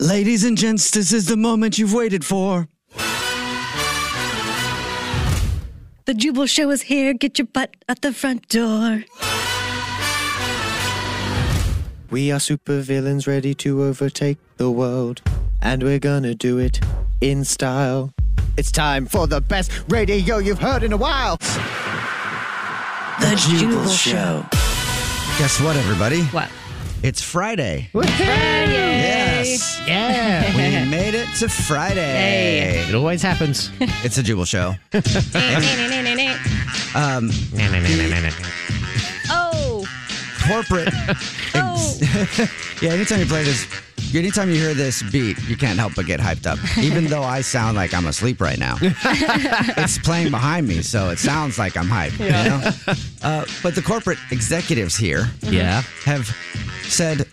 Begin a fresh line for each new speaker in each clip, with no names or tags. Ladies and gents, this is the moment you've waited for.
The Jubal Show is here. Get your butt at the front door.
We are supervillains ready to overtake the world, and we're gonna do it in style. It's time for the best radio you've heard in a while.
The Jubal Show.
Guess what, everybody?
What?
It's Friday.
Yes.
Yeah. we made it to Friday.
It always happens.
It's a Jubal Show. um,
oh.
corporate. yeah, anytime you play this, anytime you hear this beat, you can't help but get hyped up. Even though I sound like I'm asleep right now, it's playing behind me, so it sounds like I'm hyped. you know? uh, but the corporate executives here
Mm-hmm.
Yeah.
have said,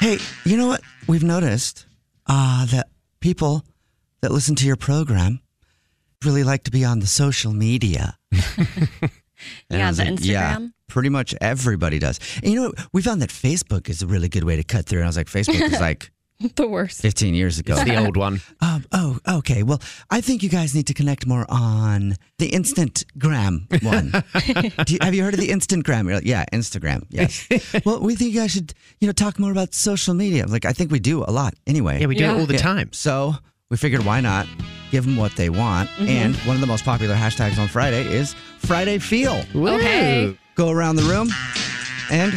hey, you know what? We've noticed uh, that people that listen to your program really like to be on the social media. And I
Yeah,
was
the
Yeah,
Instagram.
pretty much everybody does. And you know, what? we found that Facebook is a really good way to cut through. And I was like, Facebook is like
The worst.
15 years ago.
It's the old one.
Um, oh, okay. Well, I think you guys need to connect more on the Instantgram one. Do you, have you heard of the Instantgram? You're like, yeah, Instagram. Yes. well, we think you guys should, you know, talk more about social media. Like, I think we do a lot anyway.
Yeah, we do
Yeah.
it all the
Yeah.
time.
So we figured, why not give them what they want? And one of the most popular hashtags on Friday is Friday Feel.
Okay.
Go around the room and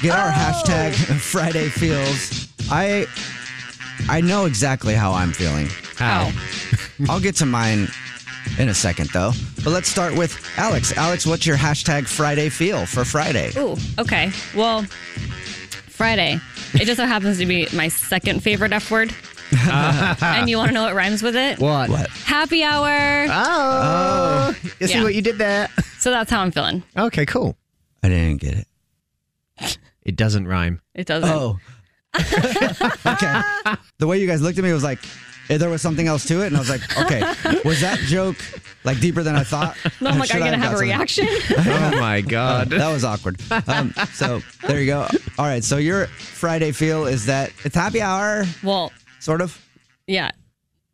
get
Oh!
our hashtag Friday Feels. I I know exactly how I'm feeling.
How?
I'll get to mine in a second, though. But let's start with Alex. Alex, what's your hashtag Friday feel for Friday?
Ooh, okay. Well, Friday. It just so happens to be my second favorite F word. and you want to know what rhymes with it?
What?
What?
Happy hour.
Oh. You see
Yeah.
what you did there?
So that's how I'm feeling.
Okay, cool.
I didn't get it.
It doesn't rhyme.
It doesn't.
Oh. okay. The way you guys looked at me was like, eh, there was something else to it. And I was like, okay, was that joke like deeper than I thought?
No, I'm
Or
like, are
should
you
I
going to have a
got something?
reaction?
oh my god.
That was awkward. Um, so there you go. All right. So your Friday feel is that it's happy hour,
well,
sort of.
yeah.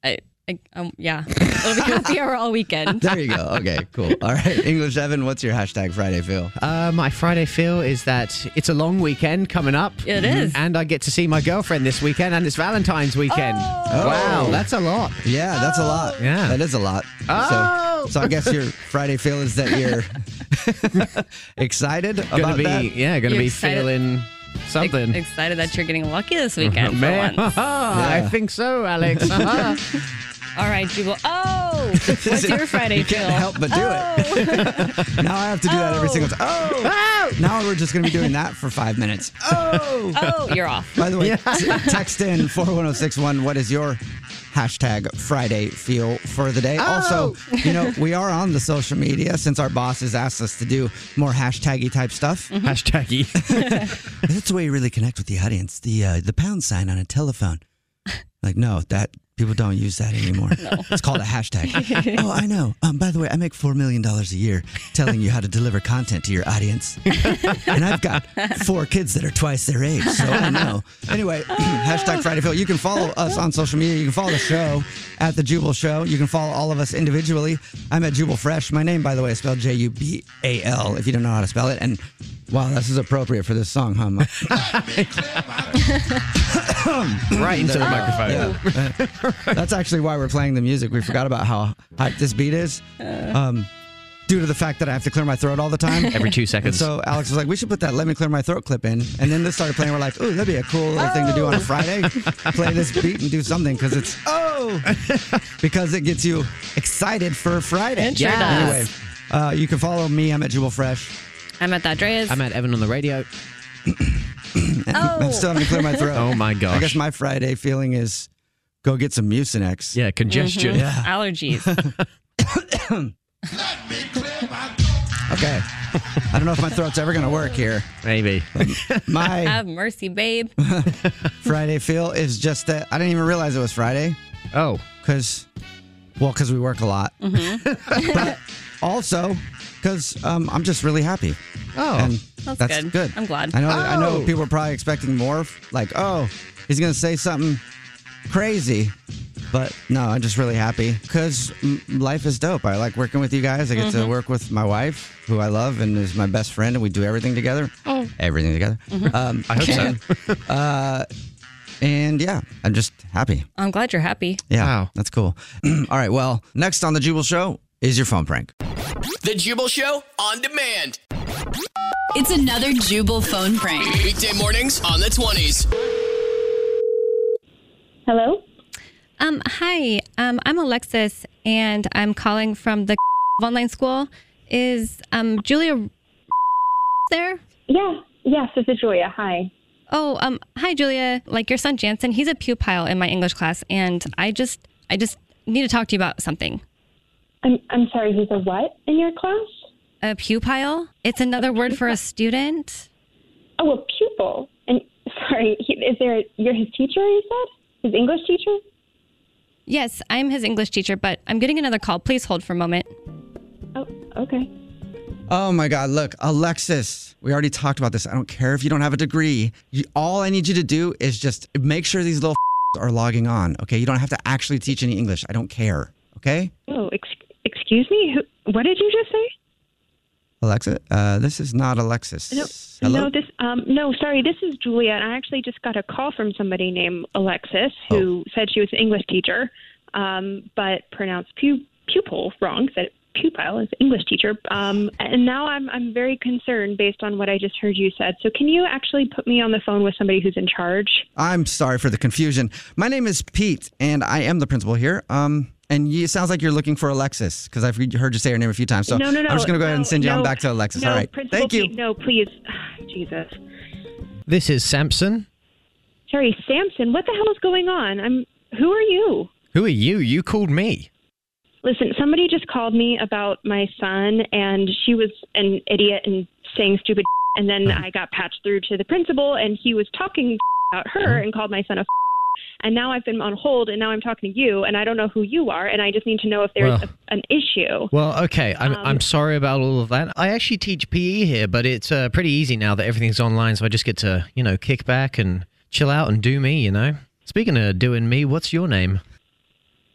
I, I, um, yeah. It'll be happy hour all weekend.
There you go. Okay, cool. All right. English Evan, what's your hashtag Friday feel?
Uh, my Friday feel is that it's a long weekend coming up.
It is.
And I get to see my girlfriend this weekend, and it's Valentine's weekend. Wow, that's a lot.
Yeah, that's a lot.
Yeah.
That is a lot.
Oh.
So, so I guess your Friday feel is that you're excited
Gonna
about
be,
that.
yeah, gonna
You
be
excited?
feeling something.
Excited that you're getting lucky this weekend. for
Man,
once.
I think so, Alex. Uh-huh.
All right, Jubal. Oh, what's your Friday
You can't
feel? Oh.
help but do it. now I have to do that every single time. Oh! Now we're just going to be doing that for five minutes. Oh!
Oh, you're off.
By the way, t- text in 41061. What is your hashtag Friday feel for the day? Also, you know, we are on the social media since our boss has asked us to do more hashtaggy type stuff.
Mm-hmm.
Hashtaggy. That's the way you really connect with the audience. The uh, the pound sign on a telephone. Like, no, that people don't use that anymore. It's called a hashtag. oh, I know. Um, by the way, I make four million dollars a year telling you how to deliver content to your audience, and I've got four kids that are twice their age, so I know. Anyway, hashtag Friday Phil. You can follow us on social media. You can follow the show at the Jubal Show. You can follow all of us individually. I'm at Jubal Fresh. My name, by the way, is spelled J U B A L. If you don't know how to spell it, and wow, this is appropriate for this song, huh? Mike?
Right into the
Um, Yeah.
microphone.
Yeah. That's actually why we're playing the music. We forgot about how hype this beat is. Um, due to the fact that I have to clear my throat all the time.
Uh. Every two seconds.
And so Alex was like, we should put that Let Me Clear My Throat clip in. And then this started playing. We're like, ooh, that'd be a cool little thing to do on
Oh.
a Friday. Play this beat and do something because it's, oh, because it gets you excited for Friday.
It sure Yeah. does.
Anyway, uh, you can follow me. I'm at Jubal Fresh.
I'm at that Dreas.
I'm at Evan on the radio.
I'm still having to clear my throat.
Oh my
I guess
gosh.
my Friday feeling is go get some Mucinex.
Yeah, congestion.
Yeah.
Allergies.
Okay. I don't know if my throat's ever going to work here.
Maybe.
My
Have mercy, babe.
Friday feel is just that I didn't even realize it was Friday
Oh,
because, well, because we work a lot.
Mm-hmm.
but also because um, I'm just really happy.
Oh.
that's,
good.
good.
I'm glad.
I know. I know
Oh.
people are probably expecting more. Like, oh, he's going to say something crazy. But no, I'm just really happy because life is dope. I like working with you guys. I get to work with my wife, who I love and is my best friend, and we do everything together. Everything together. Um, uh,
I hope so.
and yeah, I'm just happy.
I'm glad you're happy.
Yeah,
Wow.
that's cool. All right, well, next on the Jubal Show is your phone prank.
The Jubal Show on demand.
It's another Jubal phone prank.
Weekday mornings on the 20s.
Hello?
Um, hi, um, I'm Alexis, and I'm calling from the online school. Is um, Julia there?
Yeah. Yes, this is Julia. Hi.
Oh, um, hi, Julia. Like your son Jansen, he's a pupil in my English class, and I just, I just need to talk to you about something.
I'm I'm sorry, he's a what in your class?
A pupil? It's another word for a student.
Oh, a pupil. And sorry, he, is there you're his teacher, you said? His English teacher?
Yes, I'm his English teacher, but I'm getting another call. Please hold for a moment.
Oh, okay.
Oh my God, look, Alexis, we already talked about this. I don't care if you don't have a degree. You, all I need you to do is just make sure these little are logging on, okay? You don't have to actually teach any English. I don't care, okay?
Oh, ex- excuse me. Who, what did you just say?
Alexa, uh, this is not Alexis.
No, no, this um no, sorry, this is Julia and I actually just got a call from somebody named Alexis who
Oh.
said she was an English teacher um but pronounced pu- pupil wrong, said pupil is English teacher. Um and now I'm I'm very concerned based on what I just heard you said. So can you actually put me on the phone with somebody who's in charge?
I'm sorry for the confusion. My name is Pete, and I am the principal here. Um, and you, it sounds like you're looking for Alexis because I've re- heard you say her name a few times. So
no, no, no.
I'm just gonna go ahead and
no,
send you on
no,
back to Alexis.
No,
All right,
Principal
thank you.
Pete, no, please. Jesus.
This is Samson.
Sorry, Samson, what the hell is going on? I'm who are you?
Who are you? You called me.
Listen, somebody just called me about my son, and she was an idiot and saying stupid. And then I got patched through to the principal, and he was talking about her and called my son a. And now I've been on hold, and now I'm talking to you, and I don't know who you are, and I just need to know if there's
Well.
a, an issue.
Well, okay. I'm,
Um,
I'm sorry about all of that. I actually teach PE here, but it's uh, pretty easy now that everything's online, so I just get to, you know, kick back and chill out and do me, you know? Speaking of doing me, what's your name?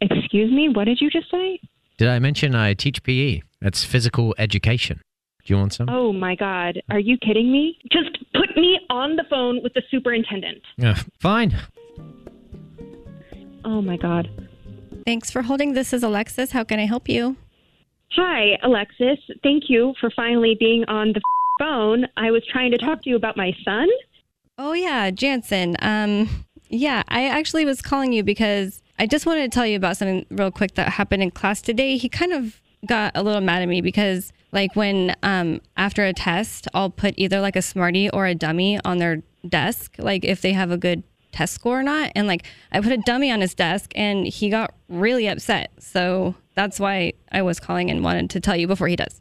Excuse me, what did you just say?
Did I mention I teach PE? That's physical education. Do you want
Uh,
some?
Oh my God, are you kidding me? Just put me on the phone with the superintendent.
Yeah. Fine.
Oh my God.
Thanks for holding. This is Alexis. How can I help you?
Hi, Alexis. Thank you for finally being on the phone. I was trying to talk to you about my son.
Oh yeah, Jansen. Um, yeah, I actually was calling you because I just wanted to tell you about something real quick that happened in class today. He kind of got a little mad at me because, like, when um, after a test, I'll put either like a Smartie or a dummy on their desk, like if they have a good test score or not. And like, I put a dummy on his desk and he got really upset. So that's why I was calling and wanted to tell you before he does.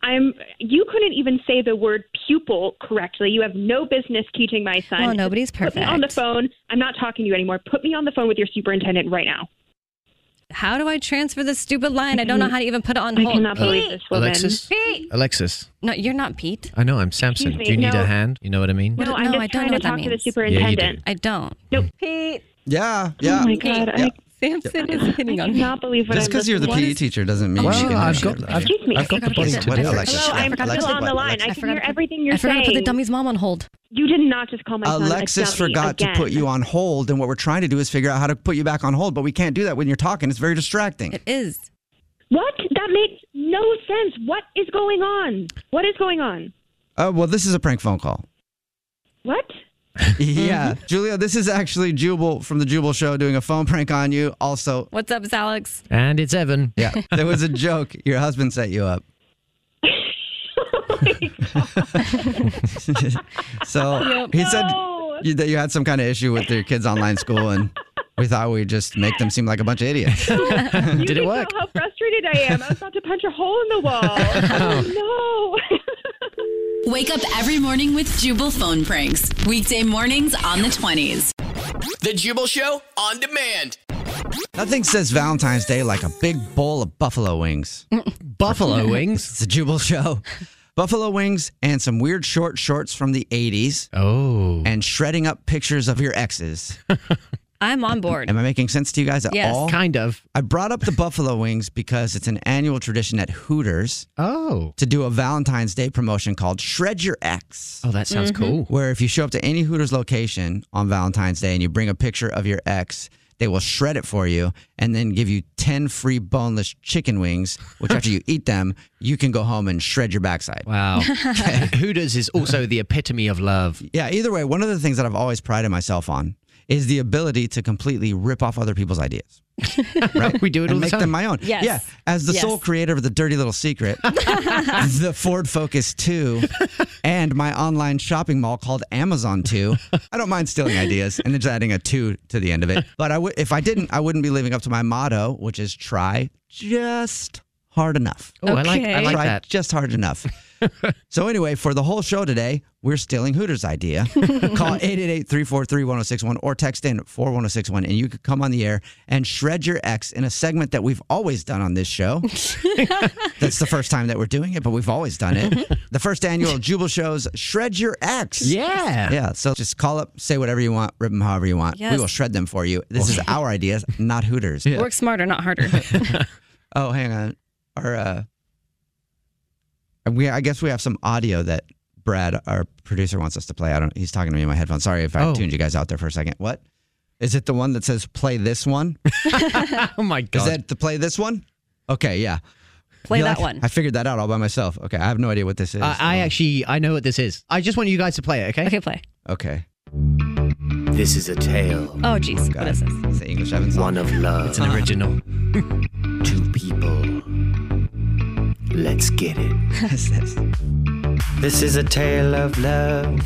I'm. You couldn't even say the word pupil correctly. You have no business teaching my son.
Well, nobody's
Put me on the phone. I'm not talking to you anymore. Put me on the phone with your superintendent right now.
How do I transfer this stupid line? I don't know how to even put it on hold.
Mm-hmm. cannot
Pete!
believe this
Uh, Alexis?
Pete!
Alexis,
No, you're not Pete.
I know I'm Samson.
E. Excuse me,
Do you need
no.
a hand? You know what I mean?
What-
I'm just
I don't
trying
know
to
what that
talk to the
means.
superintendent. Yeah, you do.
I don't.
Nope. Pete.
Yeah, yeah.
my God, I-
Samson is hitting on me.
Cannot believe what
Just
I'm
because you're the
listening-
PE teacher doesn't mean
Well,
you can
I've
have
got-
shit.
I've-
Excuse me. I've got the
What is-
budget.
what is
Hello,
Alexis?
I'm- I'm
Alexis,
still on
what-
the line.
Alexis-
I can
forgot
hear
to put-
everything you're
I forgot
saying.
to put the dummy's mom on hold.
You did not just call my son a
Alexis
dummy
forgot
again.
to put you on hold, and what we're trying to do is figure out how to put you back on hold, but we can't do that when you're talking. It's very distracting.
It is.
What? That makes no sense. What is going on? What is going on?
Uh, well, this is a prank phone call.
What? Mm-hmm.
yeah. Julia, this is actually Jubal from the Jubal Show doing a phone prank on you. Also,
What's up, Alex?
and it's Evan.
Yeah. there was a joke. Your husband set you up. so
Yep.
he said
No.
you, that you had some kind of issue with your kids' online school, and we thought we'd just make them seem like a bunch of idiots.
You
Did it
can
work?
tell how frustrated I am. I was about to punch a hole in the wall. Oh, no.
Wake up every morning with Jubal phone pranks. Weekday mornings on the 20s.
The Jubal Show on demand.
Nothing says Valentine's Day like a big bowl of buffalo wings.
buffalo wings?
It's a Jubal show. Buffalo wings and some weird short shorts from the 80s.
Oh.
And shredding up pictures of your exes.
I'm on board.
Am I making sense to you guys at
Yes.
all?
Kind of.
I brought up the buffalo wings because it's an annual tradition at Hooters.
Oh.
To do a Valentine's Day promotion called Shred Your Ex.
Oh, that sounds Mhm. cool.
Where if you show up to any Hooters location on Valentine's Day and you bring a picture of your ex, they will shred it for you and then give you 10 free boneless chicken wings, which after you eat them, you can go home and shred your backside.
Wow. Hooters is also the epitome of love.
Yeah, either way, one of the things that I've always prided myself on is the ability to completely rip off other people's ideas. right?
We do it
and
all the
make them
time.
my own.
Yes.
Yeah. As the
Yes.
sole creator of The Dirty Little Secret, the Ford Focus 2, and my online shopping mall called Amazon 2, I don't mind stealing ideas and then just adding a 2 to the end of it. But I would if I didn't, I wouldn't be living up to my motto, which is try just hard enough.
Oh, I like- I Okay. like
Try
that.
Just hard enough. so anyway, for the whole show today, we're stealing Hooters' idea. Call 888-343-1061 or text in 41061 and you could come on the air and shred your ex in a segment that we've always done on this show. That's the first time that we're doing it, but we've always done it. the first annual Jubal Show's Shred Your Ex.
Yeah.
Yeah. So just call up, say whatever you want, rip them however you want.
Yes.
We will shred them for you. This is our ideas, not Hooters.
Work smarter, not harder.
Oh, hang on. Our uh we I guess we have some audio that Brad, our producer, wants us to play. I don't he's talking to me in my headphones. Sorry if I
Oh.
tuned you guys out there for a second. What? Is it the one that says play this one?
oh my god.
Is that to play this one? Okay, yeah.
Play
You
that
like-
one.
I figured that out all by myself. Okay, I have no idea what this is.
Uh, I, I actually I know what this is. I just want you guys to play it, okay?
Okay, play.
okay.
This is a tale.
Oh, jeez.
God.
What is this?
It's the English Evans.
One of love.
It's an original.
Two people. Let's get it.
What's this?
This is a tale of love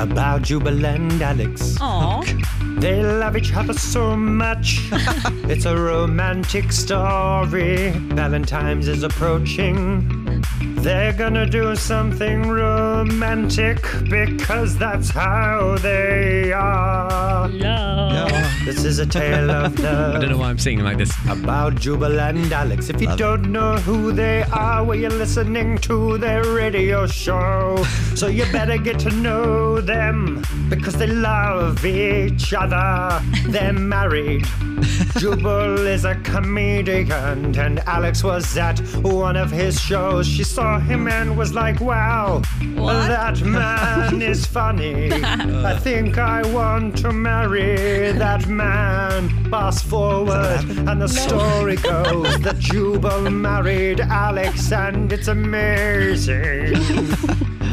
about Jubal and Alex.
Aww.
They love each other so much. it's a romantic story. Valentine's is approaching. They're gonna do something romantic because that's how they are. This is a tale of love.
I don't know why I'm singing like this.
About Jubal and Alex. If you don't know who they are, well, you're listening to their radio show. so you better get to know them because they love each other. They're married. Jubal is a comedian, and Alex was at one of his shows. She saw him and was like, wow, that man is funny. I think I want to marry that man. Fast forward, and the story goes that Jubal married Alex,
Oh,
and it's amazing.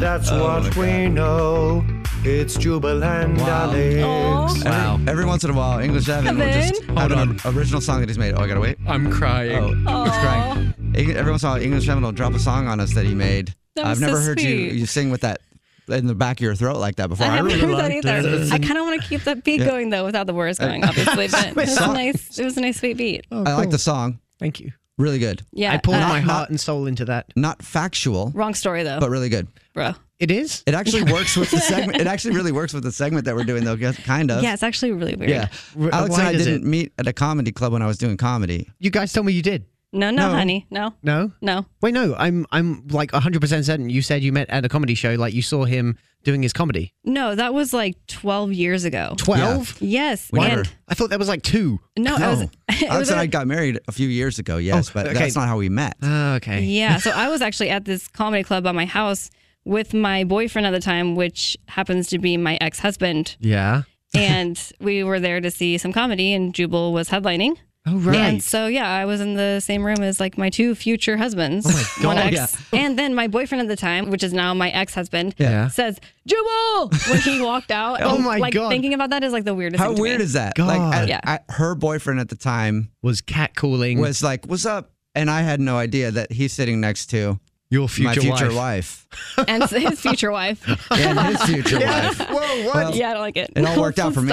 That's what we know. It's Jubal and Alex.
Wow. Every once in a while, English Evan will just
Evan?
have an original song that he's made. Oh, I gotta wait. I'm crying. Oh, he's crying. Eng- Every once in a while, English Evan will drop a song on us that he made.
That
I've
was so
never heard you
sweet.
you sing with that in the back of your throat like that before.
I haven't
really
heard that
liked
either.
it.
I kind of want to keep that beat
Yeah.
going though, without the words
Uh,
going, obviously. But it was a
Song-
nice. It was a nice sweet beat.
I like the song. Thank you. Really good.
Yeah, I poured uh, my heart
and soul into that. Not factual,
Wrong story though.
but really good.
bro.
It is. It actually works with the segment. It actually really works with the segment that we're doing, though. guess- Kind of.
Yeah, it's actually really weird.
Yeah.
R-
Alex
why
and I
does
didn't
it-
meet at a comedy club when I was doing comedy.
You guys told me you did.
No, no,
No.
honey, no.
No.
No.
Wait, no. I'm I'm like 100% certain you said you met at a comedy show like you saw him doing his comedy.
No, that was like 12 years ago.
12?
Yes. And
I thought that was like two. Oh.
No, I was- it
Alex
was
and
a-
I got married a few years ago. Yes, but
okay.
that's not how we met.
Oh, okay.
yeah, so I was actually at this comedy club by my house with my boyfriend at the time, which happens to be my ex-husband.
Yeah.
and we were there to see some comedy and Jubal was headlining.
Oh right.
And so yeah, I was in the same room as like my two future husbands.
Oh,
One
God,
ex. And then my boyfriend at the time, which is now my ex-husband,
Yeah.
says, "Jubal!" when he walked out.
Oh
And,
my
like,
God.
Thinking about that is like the weirdest
How
thing to me.
weird is that? Like, I-
Yeah.
I- her boyfriend at the time
was catcalling.
Was like, "What's up?" And I had no idea that he's sitting next to
your
my
future
future
wife.
wife,
and his future wife.
and his future wife.
Whoa,
what? Well,
yeah, I don't like it.
It all worked out for me.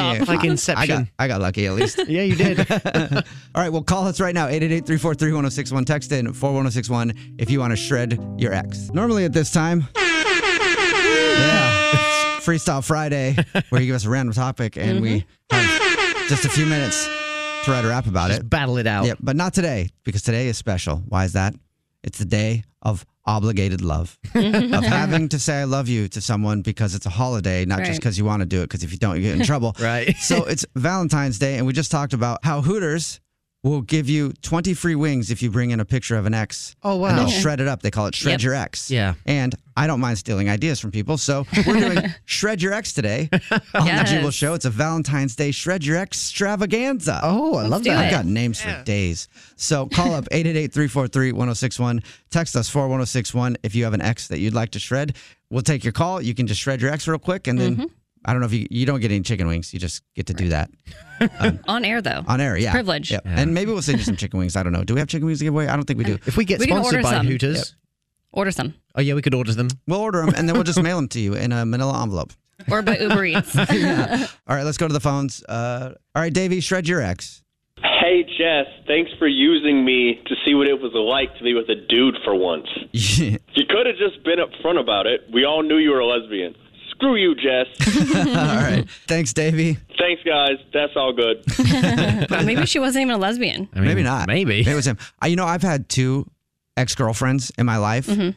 Stop.
I got, I got lucky at least.
yeah, you did.
all right, well, call us right now 888 343 1061. Text in 41061 if you want to shred your ex. Normally at this time, yeah, it's Freestyle Friday, where you give us a random topic and we have just a few minutes to write a rap about it.
battle it out.
Yeah, but not today because today is special. Why is that? It's the day of obligated love, of having to say I love you to someone because it's a holiday, not just
Right.
because you want to do it, because if you don't, you get in trouble.
right.
So it's Valentine's Day, and we just talked about how Hooters will give you 20 free wings if you bring in a picture of an ex.
Oh, wow.
And they'll
Okay.
shred it up. They call it Shred
Yep.
Your Ex.
Yeah.
And I don't mind stealing ideas from people. So we're doing Shred Your Ex today on
Yes.
the Jubal Show. It's a Valentine's Day Shred Your Extravaganza.
Oh, I
I love that. I've got names for days. So call up 888-343-1061. Text us 41061 if you have an X that you'd like to shred. We'll take your call. You can just shred your X real quick and
Mm-hmm.
then I don't know if you you don't get any chicken wings. You just get to do that Um,
On air though.
on air.
It's
Yeah,
Privilege.
Yep. And maybe we'll send you some chicken wings. I don't know. Do we have chicken wings to give away? I don't think we do.
If we get
We can
sponsored
order
by
some.
Hooters,
Yep. Order some.
oh yeah, we could order them.
We'll order them and then we'll just mail them to you in a manila envelope.
Or by Uber Eats.
All right, let's go to the phones. Uh, all right, Davey, shred your X.
Hey, Jess, thanks for using me to see what it was like to be with a dude for once. You could have just been upfront about it. We all knew you were a lesbian. Screw you, Jess.
all right. Thanks, Davey.
thanks, guys. That's all good.
Maybe she wasn't even a lesbian.
maybe not. Maybe. It was him. I, you know, I've had two ex girlfriends in my life
Mhm.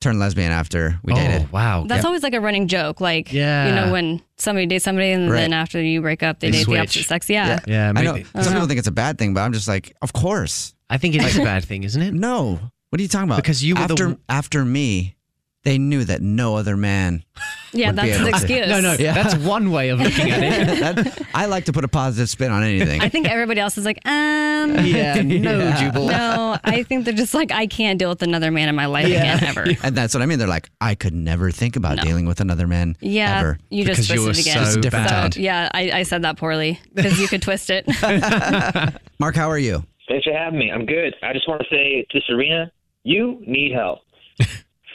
turn lesbian after we dated.
Oh, Wow.
That's always like a running joke. Like, you
Yeah.
know, when somebody dates somebody and
Right.
then after you break up, they, date the opposite sex. Yeah.
I know. Some people think it's a bad thing, but I'm just like, of course.
I think it is a bad thing, isn't it?
No. What are you talking about?
Because you were the
after
w-
after me, they knew that no other man.
Yeah,
would be
that's his
able to-
excuse. No, no,
that's one way of looking at it.
That- I like to put a positive spin on anything.
I think everybody else is like, um,
Yeah, no, Yeah. Jubal.
No, I think they're just like, I can't deal with another man in my life again ever.
And that's what I mean. They're like, I could never think about dealing with another man.
Yeah,
ever.
you just twisted it again.
It's a different time.
So, yeah, I, I said that poorly because you could twist it.
Mark, how are you?
Thanks for having me. I'm good. I just want to say to Serena, you need help.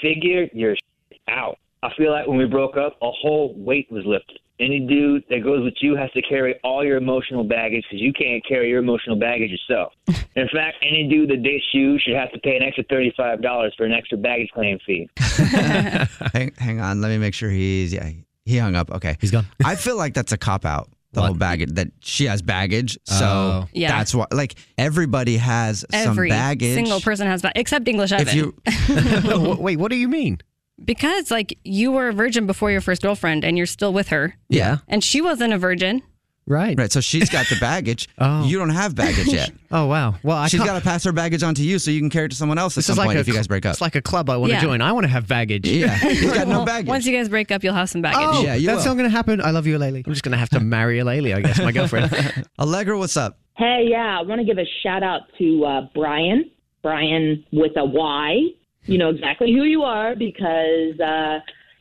Figure your shit out. I feel like when we broke up, a whole weight was lifted. Any dude that goes with you has to carry all your emotional baggage because you can't carry your emotional baggage yourself. In fact, any dude that dates you should have to pay an extra thirty-five dollars for an extra baggage claim fee.
hang, hang on, let me make sure he's yeah. He hung up. Okay, he's
gone.
I feel like that's a cop out. The whole baggage that she has baggage, so
Oh.
Yeah.
that's why. Like everybody has
Every
some baggage.
single person has, ba- except English Evan.
if you
wait, what do you mean?
Because like you were a virgin before your first girlfriend and you're still with her.
Yeah.
And she wasn't a virgin.
Right.
Right. So she's got the baggage. oh. You don't have baggage yet.
Oh wow. Well, I
she's
can't-
got to pass her baggage on to you, so you can carry it to someone else at
This is
some
like
point
a
if you
cl-
guys break up.
It's like a club I want to
Yeah.
join. I want to have baggage.
Yeah. He's got no
Well,
baggage.
Once you guys break up, you'll have some baggage.
Oh, that's not going to happen. I love you, Laylee. I'm just going to have to marry Laylee, I guess, my girlfriend.
Allegra, what's up?
Hey, yeah, I want to give a shout out to uh, Brian, Brian with a Y. You know exactly who you are because uh,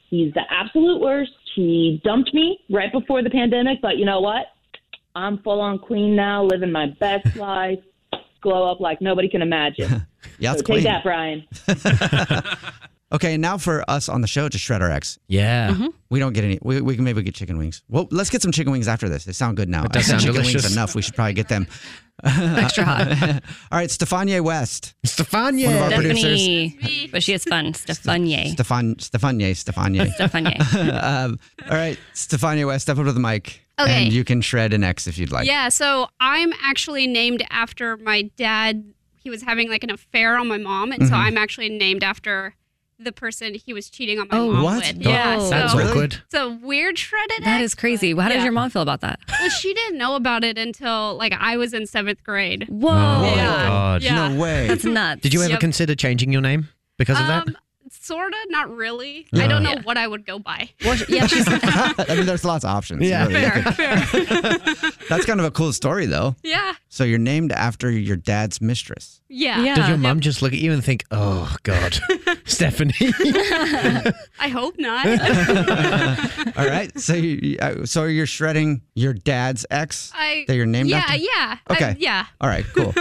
he's the absolute worst. She dumped me right before the pandemic, but you know what? I'm full on queen now, living my best life, glow up like nobody can imagine.
Yeah, it's
so
clean.
take that, Brian.
Okay, and now for us on the show to shred our eggs. Yeah. We don't get any. We, we can maybe get chicken wings. Well, let's get some chicken wings after this. They sound good now.
It
I
does
had
sound
chicken
delicious.
wings enough. We should probably get them. Extra hot. All right, Stefania West. Stefania. One of our producers.
Stephanie. But she is fun. Stephanie.
Stefan, Stefania, Stefania.
Stefania.
um, all right, Stefania West, step up to the mic.
Okay.
And you can shred an X if you'd like.
yeah, so I'm actually named after my dad. He was having like an affair on my mom, and so
Mm-hmm.
Mhm.
I'm actually named after the person he was cheating on my
Oh,
mom
what?
with.
Oh,
yeah,
that's
so
awkward.
It's a weird shredded.
That
egg,
is crazy. How
Yeah.
does your mom feel about that?
Well, she didn't know about it until like I was in seventh grade.
Whoa!
Oh, God.
Yeah.
That's nuts.
Did you ever
Yep.
consider changing your name because of that?
Um, Sorta, not really.
Yeah.
I don't know
Yeah.
what I would go by.
yeah,
I mean, there's lots of options.
Yeah.
That's kind of a cool story, though.
yeah,
So you're named after your dad's mistress.
yeah.
Does your mom just look at you and think, oh, God, Stephanie?
I hope not.
All right. So you, uh, so you're shredding your dad's ex
I
that you're named
yeah,
after?
Yeah, I-
Okay.
yeah.
All right, cool.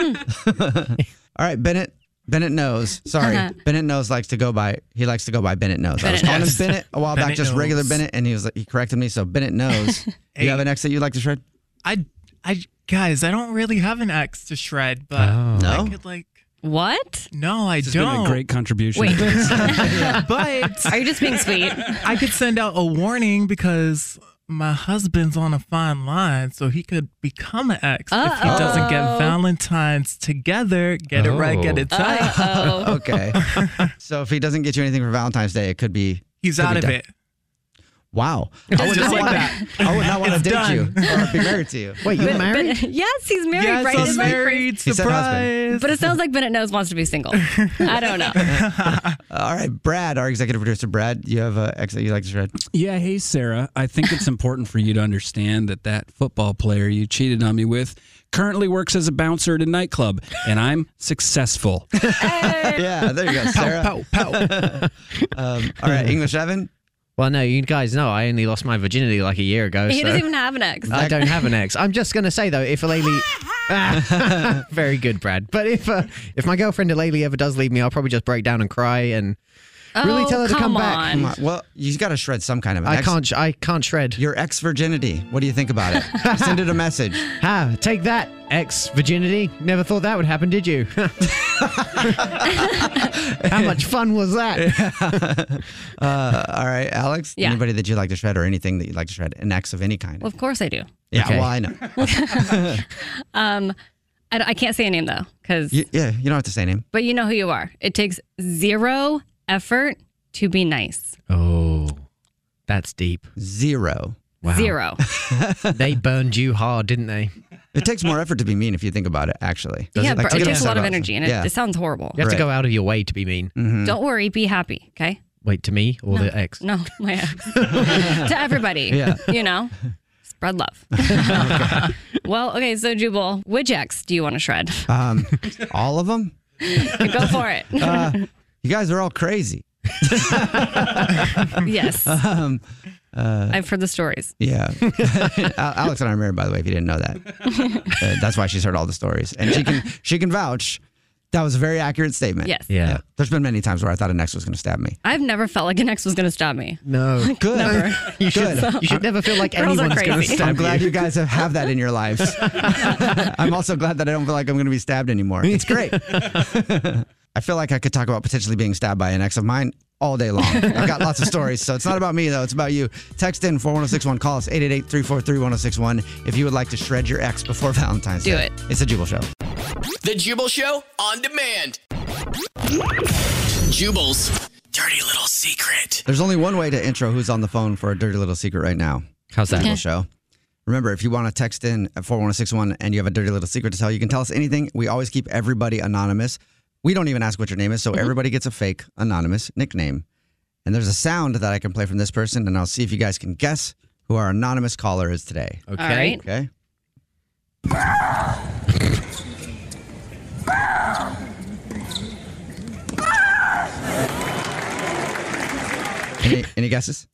All right, Bennett. Bennett knows. Sorry,
Uh-huh.
Bennett knows likes to go by. He likes to go by Bennett knows. I was
Bennett
calling him
Knows.
Bennett a while back,
Bennett
just regular
Knows.
Bennett, and he was like, he corrected me. So Bennett knows. you have an ex that you'd like to shred?
I, I, guys, I don't really have an ex to shred, but
Oh. No?
I could like.
What?
No, I
This has
don't.
been a great contribution.
Wait.
but
Are you just being sweet?
I could send out a warning because my husband's on a fine line, so he could become an ex if he doesn't get
Uh-oh.
Valentine's together. Get it right, get it
Oh.
tight.
okay. So if he doesn't get you anything for Valentine's Day, it could be
He's
could be
out of
done.
it.
Wow. I would
Just
not
like
wanna-
that.
I would not want to
It's
date
done.
you or be married to you.
Wait,
But- but- yes, he's married,
Yes,
right?
I'm
Isn't that
married.
crazy?
He said husband.
But it sounds like Bennett knows wants to be single. I don't know.
All right, Brad, our executive producer, Brad, you have an ex that you like to shred?
Yeah, hey Sarah. I think it's important for you to understand that that football player you cheated on me with currently works as a bouncer at a nightclub, and I'm successful.
yeah, there you go, Sarah.
Pow,
um, all right, English Evan.
Well, no, you guys know I only lost my virginity like a year ago.
He
so
doesn't even have an ex.
I don't have an ex. I'm just going to say, though, if Alaylee. Ah, very good, Brad. But if uh, if my girlfriend Alaylee ever does leave me, I'll probably just break down and cry and really
Oh,
tell her to come
come
back.
on. Come on.
Well, you've got to shred some kind of. An
I
ex-
can't. sh- I can't shred
your ex virginity. What do you think about it? Send it a message.
Ha! Take that, ex virginity. Never thought that would happen, did you? How much fun was that?
Uh, all right, Alex.
Yeah.
Anybody that you like to shred or anything that you like to shred, an ex of any kind.
Well, of course I do.
Yeah,
Okay.
well, I know.
Um, I, I can't say a name though, because
You- yeah, you don't have to say name.
but you know who you are. It takes zero effort to be nice.
Oh, that's deep.
Zero.
Zero.
they burned you hard, didn't they?
It takes more effort to be mean if you think about it, actually.
yeah,
Like,
bro,
take
it takes a
upset
lot of
about
energy and
something.
it, it sounds horrible.
You have to go out of your way to be mean.
Mhm.
Don't worry, be happy. Okay.
Wait, to me or Mm. the ex?
No, my ex. to everybody.
Yeah.
You know, spread love. well, okay. So Jubal, which ex do you want to shred?
Um, all of them?
go for it.
Uh, you guys are all crazy.
yes.
Um, uh,
I've heard the stories.
yeah. Al- Alex and I are married, by the way, if you didn't know that. Uh, that's why she's heard all the stories. And she can she can vouch that was a very accurate statement.
Yes.
Yeah.
There's been many times where I thought an ex was going to stab me.
I've never felt like an ex was going to stop me.
No.
Good.
Never.
You should,
So-
you should never feel like
Girls are
anyone's going to
crazy.
stab
I'm glad
you.
you guys have, have that in your lives. I'm also glad that I don't feel like I'm going to be stabbed anymore. It's great. I feel like I could talk about potentially being stabbed by an ex of mine all day long. I've got lots of stories. So it's not about me, though. It's about you. Text in 41061. Call us 888 343 1061 if you would like to shred your ex before Valentine's
Do
Day.
it.
It's a Jubal Show.
The Jubal Show on demand. Jubal's dirty little secret.
There's only one way to intro who's on the phone for a dirty little secret right now. How's
that?
Jubal Show? Remember, if you want to text in at 41061 and you have a dirty little secret to tell, you can tell us anything. We always keep everybody anonymous. We don't even ask what your name is, so everybody gets a fake anonymous nickname. And there's a sound that I can play from this person, and I'll see if you guys can guess who our anonymous caller is today.
Okay. All right.
Okay. Any, any guesses?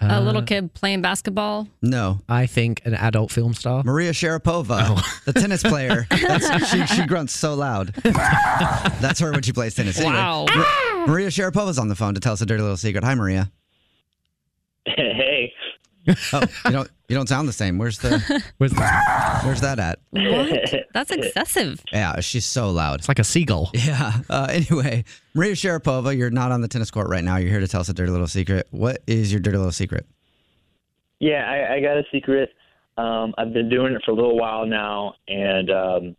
Uh,
a little kid playing basketball.
No.
I think an adult film star. Oh.
Maria Sharapova, the tennis player. That's, she, she grunts so loud. That's her when she plays tennis. Anyway,
Wow.
Ma- Maria Sharapova's on the phone to tell us a dirty little secret. Hi, Maria.
Hey.
Oh, you don't you don't sound the same. Where's the
where's,
where's that at?
What? That's excessive.
Yeah, she's so loud. It's
like a seagull.
Yeah. Uh, anyway, Maria Sharapova, you're not on the tennis court right now. You're here to tell us a dirty little secret. What is your dirty little secret?
Yeah, I, I got a secret. Um, I've been doing it for a little while now, and um,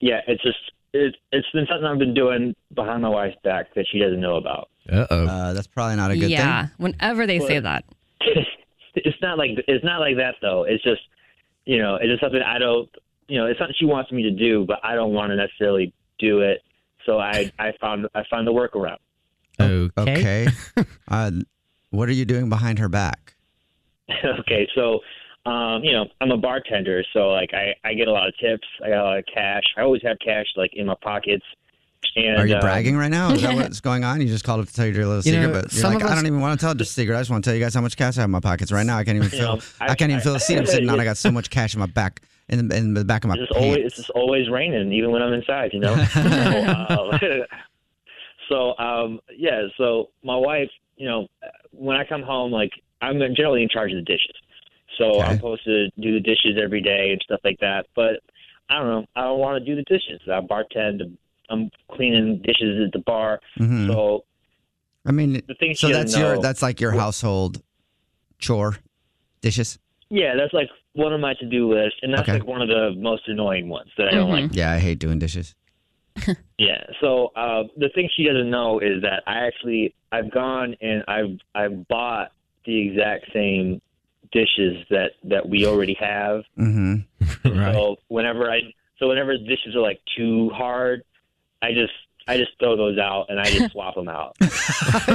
yeah, it's just it, it's been something I've been doing behind my wife's back that she doesn't know about.
Uh-oh.
Uh, that's probably not a good
yeah.
thing.
Whenever they say that.
It's not like it's not like that though. It's just you know, it's just something I don't you know, it's something she wants me to do, but I don't want to necessarily do it. So I I found I found the workaround.
Okay. uh, what are you doing behind her back?
okay, so um, you know, I'm a bartender, so like I, I get a lot of tips, I got a lot of cash. I always have cash like in my pockets. And
Are you
uh,
bragging right now? Is that what's going on? You just called up to tell your dirty little
You
secret,
know,
but you're
some
like,
of
I
us-
don't even want to tell the secret. I just want to tell you guys how much cash I have in my pockets right now. I can't even
You
feel.
know,
I, can't even
I-
feel the seat I'm
I-
sitting on. I
yeah.
got so much cash in my back, in the, in the back of my pants.
It's just always it's just always raining, even when I'm inside. You know. so, um, so um, yeah, so my wife, you know, when I come home, like I'm generally in charge of the dishes, so I'm supposed to do the dishes every day and stuff like that. But I don't know, I don't want to do the dishes. I bartend. I'm cleaning dishes at the bar.
Mhm.
So
I mean,
the thing
so
she
that's
doesn't
your
know-
that's like your household chore, dishes.
yeah, that's like one of my to do list, and that's
Okay.
like one of the most annoying ones that I don't like.
Yeah, I hate doing dishes.
Yeah. So uh, the thing she doesn't know is that I actually I've gone and I've I've bought the exact same dishes that that we already have.
Mm-hmm.
So whenever I so whenever dishes are like too hard, I just I just throw those out and I just swap them out.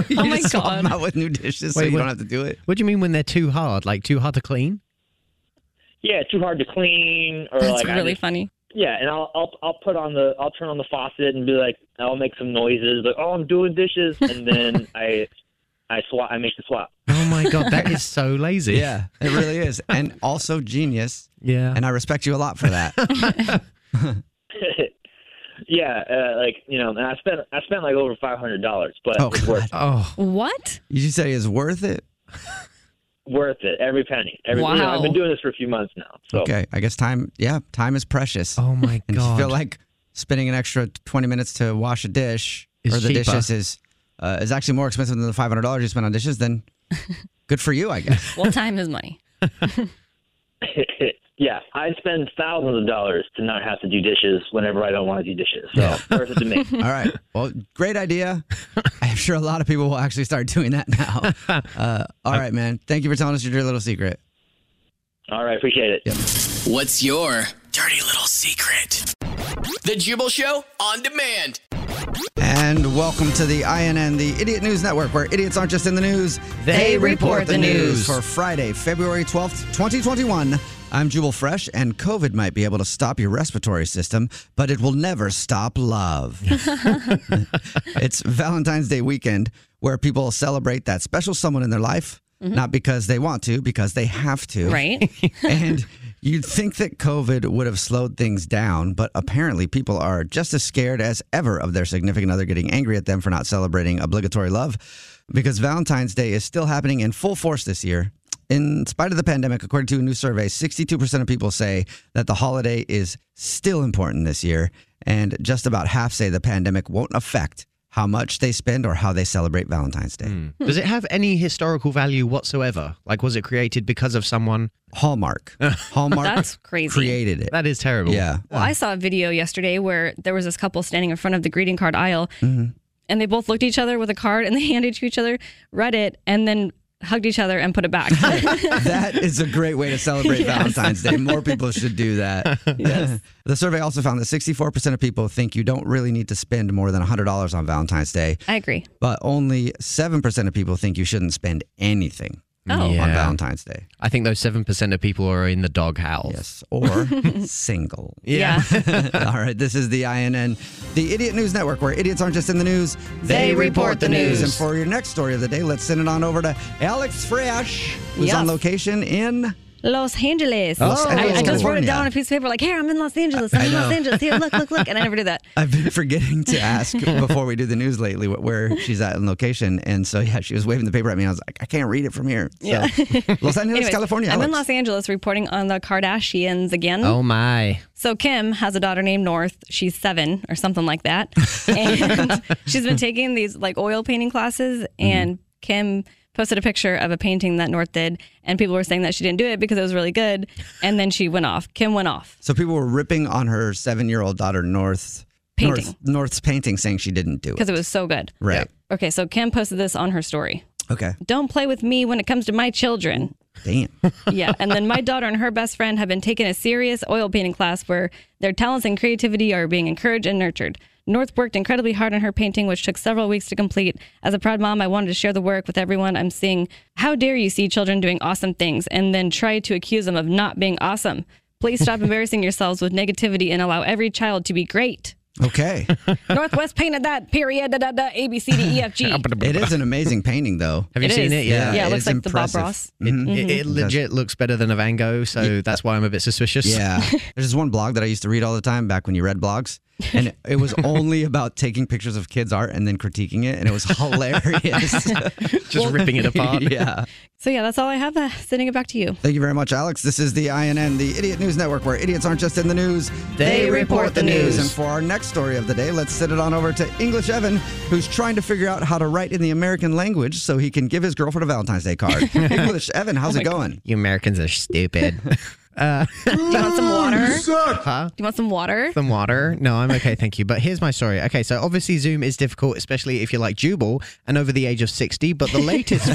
you oh just swap 'em out with new dishes, so
Wait,
you
what-
don't have to do it.
What do you mean when they're too hard? Like too hard to clean?
Yeah, too hard to clean or
That's
like I
really
just-
funny.
Yeah, and I'll I'll I'll put on the I'll turn on the faucet and be like I'll make some noises like oh I'm doing dishes and then I I swap I make the swap.
Oh my god, that is so lazy.
Yeah, it really is, and also genius.
Yeah,
and I respect you a lot for that.
yeah, uh, like you know, and I spent I spent like over five hundred dollars, but
Oh,
it's worth
oh,
What?
you just say it's worth it.
worth it every penny. Every, you know,
Wow.
I've been doing this for a few months now. So
Okay, I guess time. Yeah, time is precious. Oh
my
And if you feel
God.
like spending an extra twenty minutes to wash a dish
Is
or the
cheaper.
dishes is uh, is actually more expensive than the five hundred dollars you spent on dishes. Then good for you, I guess.
Well, time is money.
yeah, I spend thousands of dollars to not have to do dishes whenever I don't want to do dishes. So worth it to me.
All right. Well, great idea. I'm sure a lot of people will actually start doing that now. Uh, all right, man. Thank you for telling us your dirty little secret.
All right, appreciate it.
What's your dirty little secret? The Jubal Show on demand.
And welcome to the INN, the Idiot News Network, where idiots aren't just in the news, they report the news. For Friday, February 12th, 2021, I'm Jubal Fresh, and COVID might be able to stop your respiratory system, but it will never stop love. it's Valentine's Day weekend, where people celebrate that special someone in their life, not because they want to, because they have to.
Right?
and you'd think that COVID would have slowed things down, but apparently people are just as scared as ever of their significant other getting angry at them for not celebrating obligatory love because Valentine's Day is still happening in full force this year. In spite of the pandemic, according to a new survey, 62% of people say that the holiday is still important this year, and just about half say the pandemic won't affect how much they spend or how they celebrate Valentine's Day.
Does it have any historical value whatsoever? Like, was it created because of someone?
Hallmark. Hallmark
That's crazy.
created it.
That is terrible.
Yeah.
Well, I saw a video yesterday where there was this couple standing in front of the greeting card aisle
Mhm.
and they both looked at each other with a card and they handed it to each other, read it, and then hugged each other and put it back.
that is a great way to celebrate
Yes.
Valentine's Day. More people should do that. the survey also found that 64% of people think you don't really need to spend more than $100 on Valentine's Day,
I agree.
but only 7% of people think you shouldn't spend anything.
Oh.
on Valentine's Day.
I think those seven percent of people are in the doghouse. Yes,
or single.
Yeah.
All right, this is the INN, the Idiot News Network, where idiots aren't just in the news,
They report the news.
And for your next story of the day, let's send it on over to Alex Fresh, who's
Yes.
on location in.
Los Angeles.
Los
I, I just wrote
Angeles.
it down on a piece of paper, like, here, I'm in Los Angeles.
Oh. I
I'm in
know.
Los Angeles. Here, look, look, look. And I never do that.
I've been forgetting to ask before we do the news lately wh- where she's at in location. And so, yeah, she was waving the paper at me. And I was like, I can't read it from here. So,
Yeah.
Los Angeles,
Anyways,
California.
I'm in
Alex.
Los Angeles reporting on the Kardashians again.
Oh my.
So Kim has a daughter named North. She's seven or something like that, and she's been taking these like oil painting classes. And Kim posted a picture of a painting that North did, and people were saying that she didn't do it because it was really good. And then she went off. Kim went off.
So people were ripping on her seven-year-old daughter North
Painting.
North, North's painting, saying she didn't do it.
because it was so good.
Right.
Okay, so Kim posted this on her story.
Okay.
Don't play with me when it comes to my children.
Damn.
yeah. And then my daughter and her best friend have been taking a serious oil painting class where their talents and creativity are being encouraged and nurtured. North worked incredibly hard on her painting, which took several weeks to complete. As a proud mom, I wanted to share the work with everyone I'm seeing. How dare you see children doing awesome things and then try to accuse them of not being awesome? Please stop embarrassing yourselves with negativity and allow every child to be great.
Okay.
Northwest painted that, period, da da da, A, B, C, D, E, F, G.
it is an amazing painting, though.
Have you seen it? Yeah.
Yeah, it
is
looks like the Bob
impressive.
Ross. Mm-hmm.
It, it, it
Mhm.
legit looks better than a Van Gogh, so that's why I'm a bit suspicious.
Yeah. There's this one blog that I used to read all the time back when you read blogs. And it- it was only about taking pictures of kids' art and then critiquing it. And it was hilarious.
Just ripping it apart.
yeah.
So yeah, that's all I have. Uh, sending it back to you.
Thank you very much, Alex. This is the INN, the Idiot News Network, where idiots aren't just in the news,
They report the news.
And for our next story of the day, let's send it on over to English Evan, who's trying to figure out how to write in the American language so he can give his girlfriend a Valentine's Day card. English Evan, how's
Oh
it
my
going?
You Americans are stupid. uh,
Do you want some water?
huh?
Do you want some water?
Some water? No, I'm okay, thank you. But here's my story. Okay, so obviously Zoom is difficult, especially if you're like Jubal and over the age of 60. But the latest,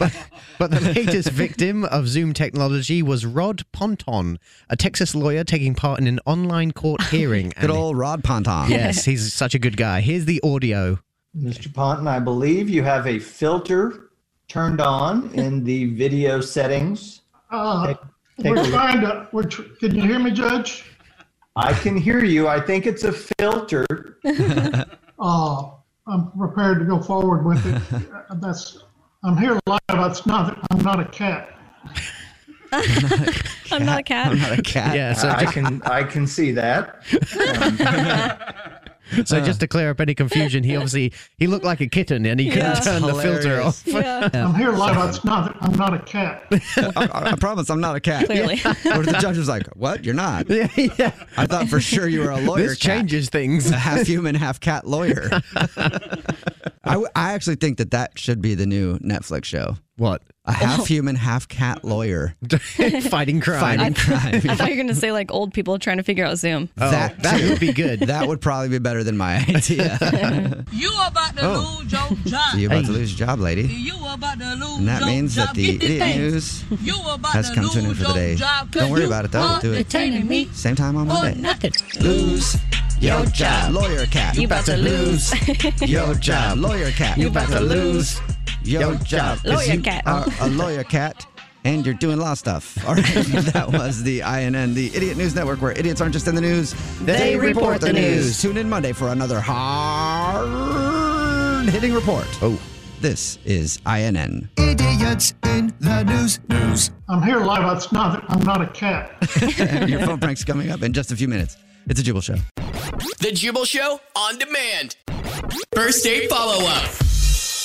but, but the latest victim of Zoom technology was Rod Ponton, a Texas lawyer taking part in an online court hearing.
Good old Rod Ponton.
Yes, he's such a good guy. Here's the audio.
Mr. Ponton, I believe you have a filter turned on in the video settings.
Uh,
Take-
We're
take a-
trying to, we're, tr- can you hear me, Judge?
I can hear you. I think it's a filter.
Uh, I'm prepared to go forward with it. Uh, That's, I'm here live, it's not, I'm not a cat.
I'm not a cat.
not a cat.
Yeah, so
I
just-
can I can see that.
So just to clear up any confusion, he obviously he looked like a kitten and he couldn't
Yeah.
turn the
Hilarious.
filter off.
Yeah. I'm here live, it's not, I'm not a cat.
I, I- I promise I'm not a cat.
Clearly.
Or the judge was like, What? You're not.
yeah.
I thought for sure you were a lawyer.
This
cat.
changes things.
A half human, half cat lawyer. I, w- I actually think that that should be the new Netflix show.
What? Oh.
A half human, half cat lawyer.
Fighting crime.
Fighting crime.
I thought you were going to say like old people trying to figure out Zoom.
Oh. that too.
Oh, would be good.
That would probably be better than my idea.
You about to
Oh.
lose your
so
job.
you're about to lose your job, lady.
You about to lose
And that
your
means that
job.
the
Get the
idiot
thing.
news
You about
has
to
come to an
lose
end for the
your
day.
job 'cause
Don't worry
you
about it, though. We'll do it.
entertaining me
Same time on
or
Monday.
Oh, nothing.
Lose your job, lawyer cat.
You about to lose.
your job, lawyer cat.
You about to lose
your job, 'cause
Lawyer
you
cat.
Are a lawyer cat. And you're doing a lot of stuff. All right, that was the INN, the Idiot News Network, where idiots aren't just in the news;
They report the news.
Tune in Monday for another hard-hitting report. Oh, this is INN.
Idiots in the news, news. I'm here live, it's not, I'm not a cat.
Your phone prank's coming up in just a few minutes. It's a Jubal Show.
The Jubal Show on demand. First date follow up.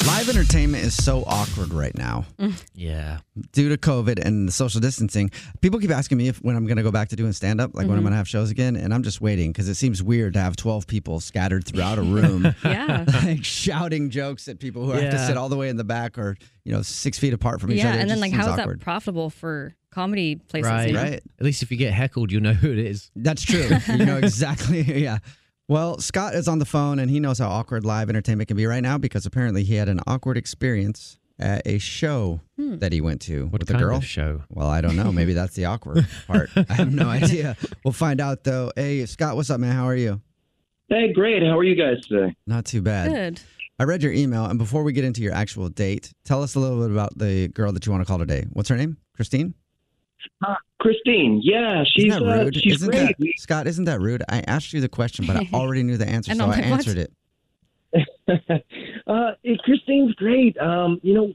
Live entertainment is so awkward right now.
Yeah.
Due to COVID and the social distancing, people keep asking me if when I'm going to go back to doing stand up, like when I'm
Mm-hmm.
Mhm.
going to have shows again, and I'm just waiting because it seems weird to have 12 people scattered throughout a room,
Yeah.
like shouting jokes at people who have to
Yeah.
sit all the way in the back or you know six feet apart from each
yeah,
other. It
and then
just
like
seems
how is
awkward.
that profitable for comedy places?
Right.
you know?
right. At least if you get heckled, you'll know who it is.
That's true. you know exactly. Yeah. Well, Scott is on the phone and he knows how awkward live entertainment can be right now because apparently he had an awkward experience at a show
Hmm.
that he went to with a
kind of
girl.
show?
Well, I don't know. Maybe that's the awkward part. I have no idea. We'll find out though. Hey, Scott, what's up, man? How are you?
Hey, great. How are you guys today?
Not too bad.
Good.
I read your email, and before we get into your actual date, tell us a little bit about the girl that you want to call today. What's her name? Christine.
Uh, Christine, yeah, she's
isn't that
uh,
rude?
she's
isn't
great.
that- Scott, isn't that rude? I asked you the question, but I already knew the answer,
And
so
I'm
I
like, what?
answered it.
Uh, eh, Christine's great. Um, you know,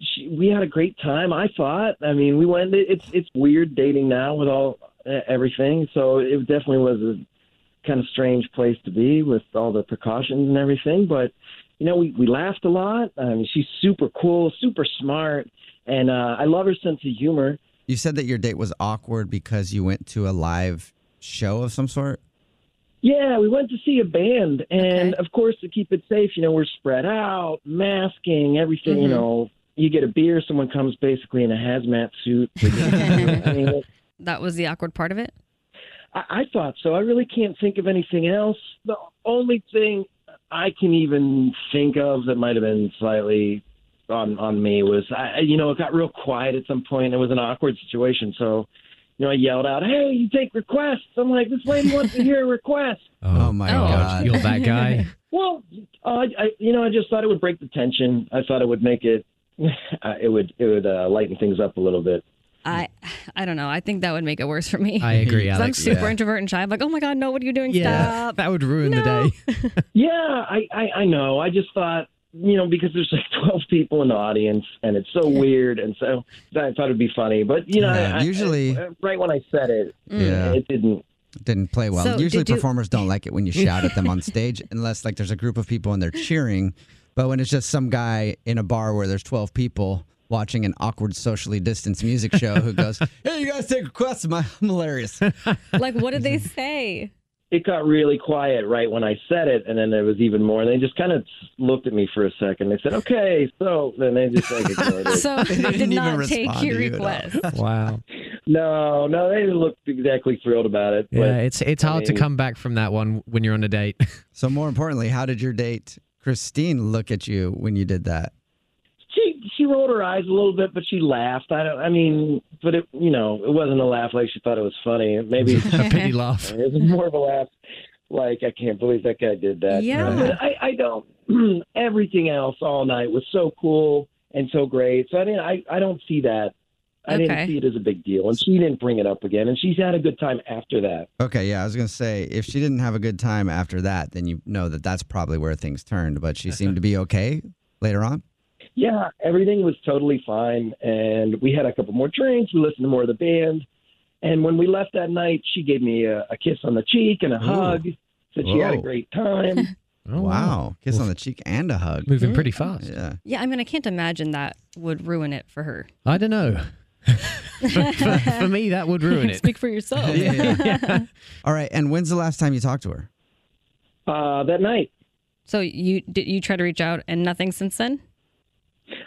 she, we had a great time. I thought. I mean, we went. it- It's it's weird dating now with all eh, everything. So it definitely was a kind of strange place to be with all the precautions and everything. But you know, we we laughed a lot. I mean, she's super cool, super smart, and uh, I love her sense of humor.
You said that your date was awkward because you went to a live show of some sort.
Yeah, we went to see a band, and of course, to keep it safe, you know, we're spread out, masking, everything. You
Mhm.
know, you get a beer, someone comes basically in a hazmat suit. I, mean,
That was the awkward part of it.
I, I thought so. I really can't think of anything else. The only thing I can even think of that might have been slightly on on me was, I, I- you know, it got real quiet at some point. It was an awkward situation, so. You know, I yelled out, "Hey, you take requests!" I'm like, "This lady wants to hear a request."
Oh, my god!
You're that guy.
Well, uh, I, I you know I just thought it would break the tension. I thought it would make it uh, it would it would uh, lighten things up a little bit.
I I don't know. I think that would make it worse for me.
I agree,
'Cause
Alex,
I'm super
yeah.
introvert and shy. I'm like, oh my god, no, what are you doing? Stop.
that would ruin the day.
yeah, I, I I know. I just thought you know because there's like 12 people in the audience and it's so weird and so I thought it'd be funny. But you know,
Yeah,
I- I-
usually-
I- right when I said it,
Mm.
it didn't.
Didn't play well.
So
Usually,
did you-
performers don't like it when you shout at them on stage, unless like there's a group of people and they're cheering. But when it's just some guy in a bar where there's 12 people watching an awkward, socially distanced music show who goes, "Hey, you guys take requests." My, I'm hilarious.
Like, what did they say?
It got really quiet right when I said it, and then there was even more. And they just kind of looked at me for a second. They said, "Okay," so then they just like ignored it.
So they did not take your request.
Wow.
No, no, they didn't look exactly thrilled about it.
Yeah, it's it's
I
hard to
mean-
come back from that one when you're on a date.
So more importantly, how did your date Christine look at you when you did that?
She she rolled her eyes a little bit, but she laughed. I don't. I mean, but it you know it wasn't a laugh like she thought it was funny. Maybe
a pity laugh.
It was more of a laugh like I can't believe that guy did that.
Yeah.
But I I don't. everything else all night was so cool and so great. So I didn't. I I don't see that. I
Okay.
didn't see it as a big deal, and she didn't bring it up again. And she's had a good time after that.
Okay, yeah, I was gonna say if she didn't have a good time after that, then you know that that's probably where things turned. But she seemed to be okay later on.
Yeah, everything was totally fine, and we had a couple more drinks. We listened to more of the band, and when we left that night, she gave me a, a kiss on the cheek and a hug. Said she had a
Whoa.
great time.
wow, kiss on the cheek and a hug.
Oh, Moving pretty
Mm-hmm.
fast.
Yeah.
Yeah, I mean, I can't imagine that would ruin it for her.
I don't know. for, for me, that would ruin it.
Speak for yourself.
All right, and when's the last time you talked to her?
Uh, that night,
So you did you try to reach out and nothing since then?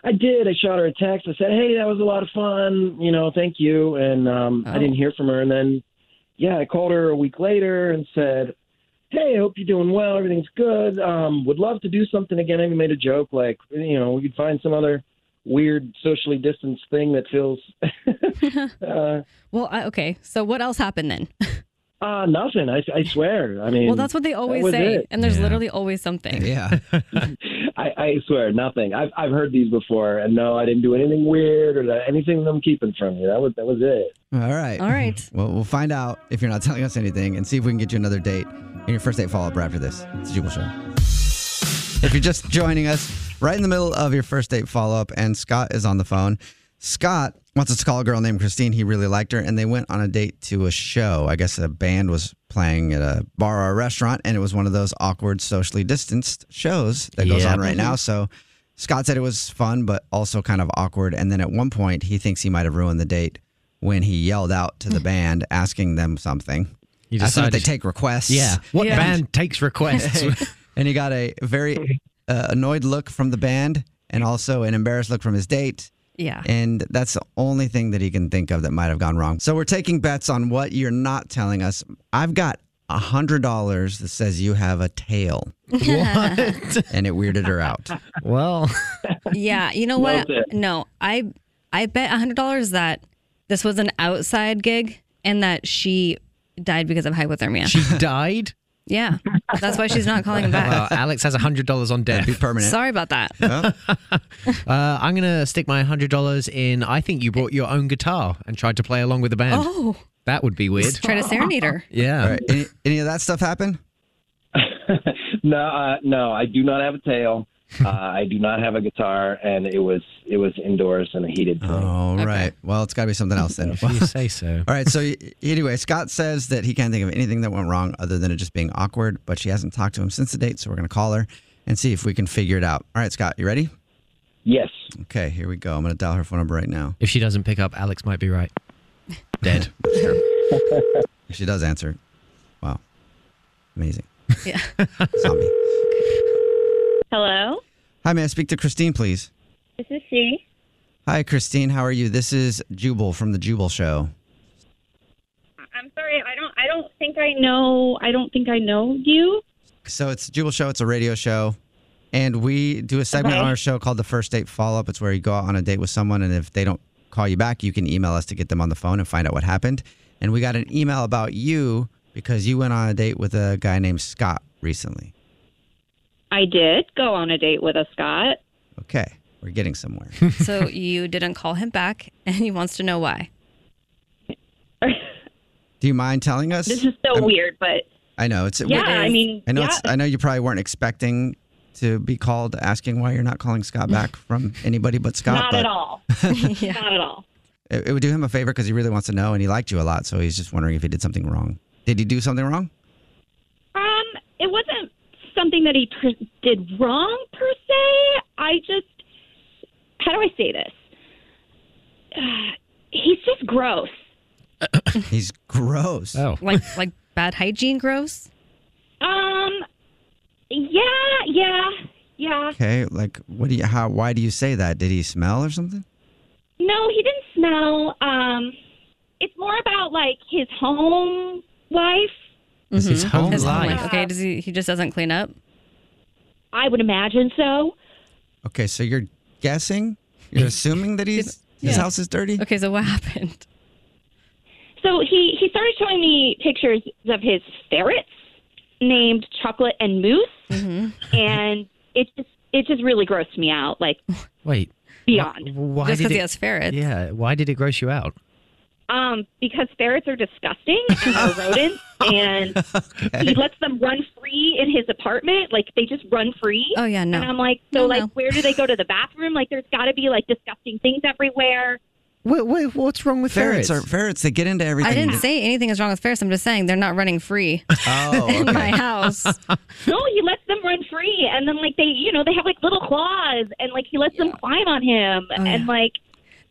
I did. I shot her a text. I said, "Hey, that was a lot of fun. You know, thank you." And um,
Oh.
I didn't hear from her. And then, yeah, I called her a week later and said, "Hey, I hope you're doing well. Everything's good. Um, would love to do something again." I even made a joke like, you know, we could find some other weird socially distanced thing that feels uh,
Well, I, okay. So what else happened then?
uh, nothing. I, I swear. I mean,
well, that's what they always
was
say,
it.
and there's literally always something.
Yeah.
I, I swear, nothing. I've I've heard these before, and no, I didn't do anything weird or that, anything I'm keeping from you. That was that was it.
All right.
All right.
Well, we'll find out if you're not telling us anything and see if we can get you another date and your first date follow up right after this. It's the Jubal Show. If you're just joining us, right in the middle of your first date follow up, and Scott is on the phone. Scott wants us to call a girl named Christine. He really liked her, and they went on a date to a show. I guess a band was playing at a bar or a restaurant, and it was one of those awkward, socially distanced shows that goes
Yep.
on right now. So Scott said it was fun, but also kind of awkward. And then at one point, he thinks he might have ruined the date when he yelled out to the band, asking them something. Asking if
You decided-
they take requests.
Yeah. What Yeah. band takes requests?
and he got a very uh, annoyed look from the band and also an embarrassed look from his date.
Yeah.
And that's the only thing that he can think of that might have gone wrong. So we're taking bets on what you're not telling us. I've got a hundred dollars that says you have a tail. and it weirded her out.
Well,
Yeah, you know
Well
what?
said.
No, I I bet hundred dollars that this was an outside gig and that she died because of hypothermia.
She died?
Yeah. That's why she's not calling back.
Well, Alex has $100 on debt. Be permanent.
Sorry about that.
Uh, I'm going to stick my $100 in I think you brought your own guitar and tried to play along with the band.
Oh.
That would be weird.
Try to serenade her.
Yeah.
Any, any of that stuff happen?
No, uh, no, I do not have a tail. uh, I do not have a guitar, and it was it was indoors and a heated. Place.
All right. Well, it's got to be something else then.
If you say so.
All right. So y- anyway, Scott says that he can't think of anything that went wrong other than it just being awkward, but she hasn't talked to him since the date, so we're going to call her and see if we can figure it out. All right, Scott, you ready?
Yes.
Okay, here we go. I'm going to dial her phone number right now.
If she doesn't pick up, Alex might be right.
Dead. if she does answer, wow. Amazing.
Yeah.
Zombie.
Hello,
Hi, may I speak to Christine, please?
this is she.
Hi, Christine. How are you? This is Jubal from The Jubal Show.
I'm sorry, I don't. I don't think I know. I don't think I know you.
So it's Jubal Show. It's a radio show, and we do a segment on our show called the First Date Follow Up. It's where you go out on a date with someone, and if they don't call you back, you can email us to get them on the phone and find out what happened. And we got an email about you because you went on a date with a guy named Scott recently.
I did go on a date with a Scott.
Okay, we're getting somewhere.
So you didn't call him back and he wants to know why.
do you mind telling us?
This is so
I'm-
weird, but
I know it's.
Yeah, I mean,
I know
yeah.
it's. I know you probably weren't expecting to be called asking why you're not calling Scott back from anybody but Scott.
not
but
at all. Not at all.
It, it would do him a favor because he really wants to know, and he liked you a lot, so he's just wondering if he did something wrong. Did he do something wrong?
Um, it wasn't something that he per- did wrong per se. I just, how do I say this? Uh, he's just gross.
He's gross.
Oh,
Like like bad hygiene gross?
Um, yeah, yeah, yeah.
okay. Like, what do you? How? Why do you say that? Did he smell or something?
No, he didn't smell. Um, it's more about like his home life.
It's
Mm-hmm. his home life.
Okay, does he he just doesn't clean up?
I would imagine so.
Okay, so you're guessing. You're assuming that he's his
Yeah.
house is dirty.
Okay, so what happened?
So he he started showing me pictures of his ferrets named Chocolate and Moose,
Mm-hmm.
and it just it just really grossed me out. Like
Wait.
beyond.
Why
Just
did
'cause he
it-
has ferrets.
Yeah. Why did it gross you out?
Um, because ferrets are disgusting and they're rodents, and he lets them run free in his apartment. Like they just run free.
Oh, yeah, no.
And I'm like, so
No,
like,
no.
where do they go to the bathroom? Like, there's got to be like disgusting things everywhere.
Wait, wait, what's wrong with
ferrets?
ferrets?
Are ferrets? They get into everything.
I didn't say anything is wrong with Ferris. I'm just saying they're not running free
Oh,
in
okay.
my house.
No, he lets them run free, and then like they, you know, they have like little claws, and like he lets them climb on him, and like
Oh,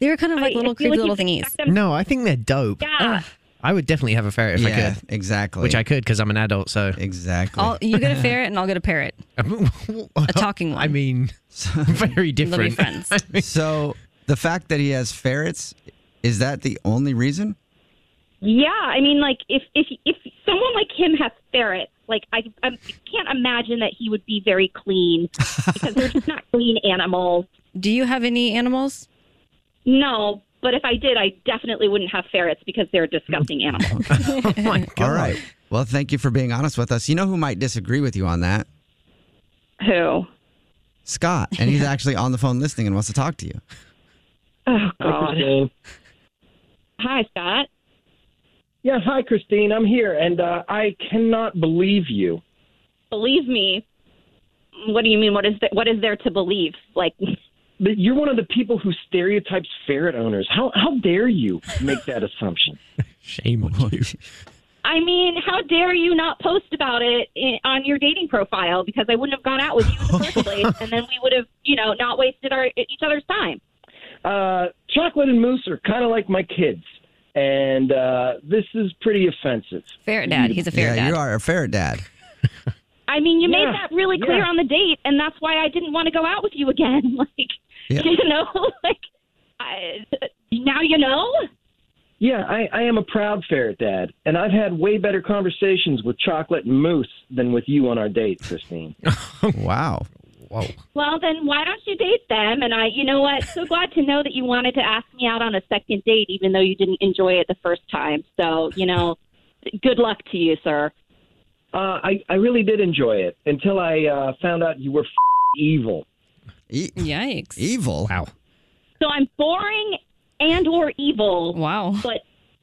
they were kind of
like
little creepy little thingies.
No, I think they're dope.
Yeah.
Oh. I would definitely have a ferret if
Yeah,
I could.
Exactly.
Which I could because I'm an adult, so.
Exactly.
I'll, you get a ferret and I'll get a parrot.
a
talking one.
I mean, very
They'll be
different.
friends.
so the fact that he has ferrets is that the only reason?
Yeah, I mean, like if if if someone like him has ferrets, like I, I can't imagine that he would be very clean because they're just not clean animals.
Do you have any animals?
No, but if I did, I definitely wouldn't have ferrets because they're disgusting animals.
All right. Well, thank you for being honest with us. You know who might disagree with you on that?
Who?
Scott. And he's actually on the phone listening and wants to talk to you.
Oh
Hi,
God.
Christine.
Hi, Scott.
Yeah, hi, Christine. I'm here, and uh, I cannot believe you.
Believe me. What do you mean? What is th- what is there to believe? Like,
That You're one of the people who stereotypes ferret owners. How how dare you make that assumption?
Shame on you.
I mean, how dare you not post about it in, on your dating profile? Because I wouldn't have gone out with you in the first place, and then we would have, you know, not wasted our each other's time.
Uh, chocolate and moose are kind of like my kids, and uh, this is pretty offensive.
Ferret
yeah, you are a ferret dad.
I mean, you
Yeah,
made that really clear
yeah.
on the date, and that's why I didn't want to go out with you again. Like,
Yeah.
you know, like I, now you know.
Yeah, I, I am a proud ferret dad, and I've had way better conversations with chocolate and moose than with you on our date, Christine.
wow. Whoa.
Well, then why don't you date them? And I, you know what? So glad to know that you wanted to ask me out on a second date, even though you didn't enjoy it the first time. So, you know, good luck to you, sir.
Uh, I I really did enjoy it until I uh, found out you were f- evil.
Yikes!
E Evil. Wow.
So I'm boring and or evil.
Wow.
But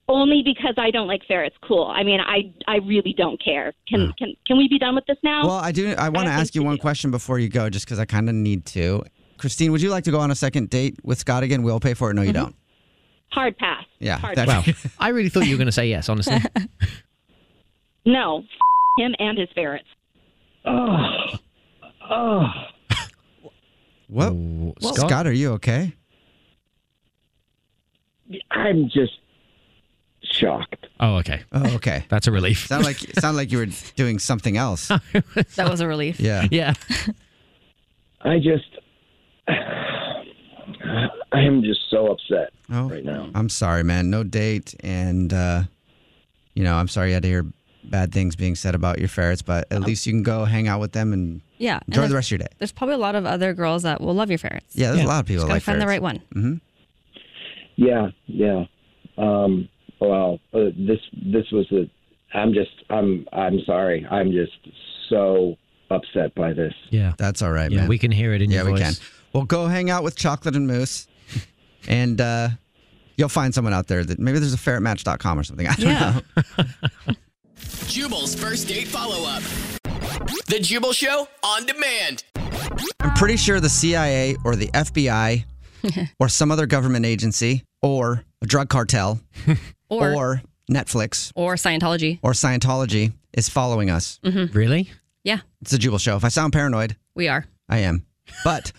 only because I don't like ferrets. Cool. I mean, I I really don't care. Can can can we be done with this now?
Well, I do. I want to ask you one question before you go, just because I kind of need to. Christine, would you like to go on a second date with Scott again? We'll pay for it. No, you don't.
Hard pass.
Yeah.
Hard
that's-
pass.
I really thought you were going to say yes, honestly.
No, f- him and his ferrets.
Oh. Oh.
what? Scott? Scott, are you okay?
I'm just shocked.
Oh, okay. Oh, okay.
That's a relief.
Sound like sound like you were doing something else.
That was a relief.
Yeah.
Yeah.
I just I am just so upset
right now. I'm sorry, man. No date, and uh, you know, I'm sorry you had to hear bad things being said about your ferrets. But at least you can go hang out with them and
Yeah. and
enjoy
there's-
the rest of your day.
There's probably a lot of other girls that will love your ferrets.
Yeah, there's a lot of people that
Just gotta
like
find the
ferrets.
right one.
Mm-hmm.
Yeah, yeah. Um, well, uh, this this was a. I'm just. I'm. I'm sorry. I'm just so upset by this.
Yeah,
that's all right,
Yeah,
man.
we can hear it in
yeah,
your
we
voice.
can. Well, go hang out with Chocolate and Moose, and uh, you'll find someone out there that maybe there's a ferretmatch.com or something. I don't know.
Jubal's first date follow up. The Jubal Show on demand.
I'm pretty sure the CIA or the FBI or some other government agency or a drug cartel
Or-
or Netflix
Or Scientology.
or Scientology is following us.
Mhm.
Really?
Yeah,
It's a Jubal show. If I sound paranoid,
we are.
I am. But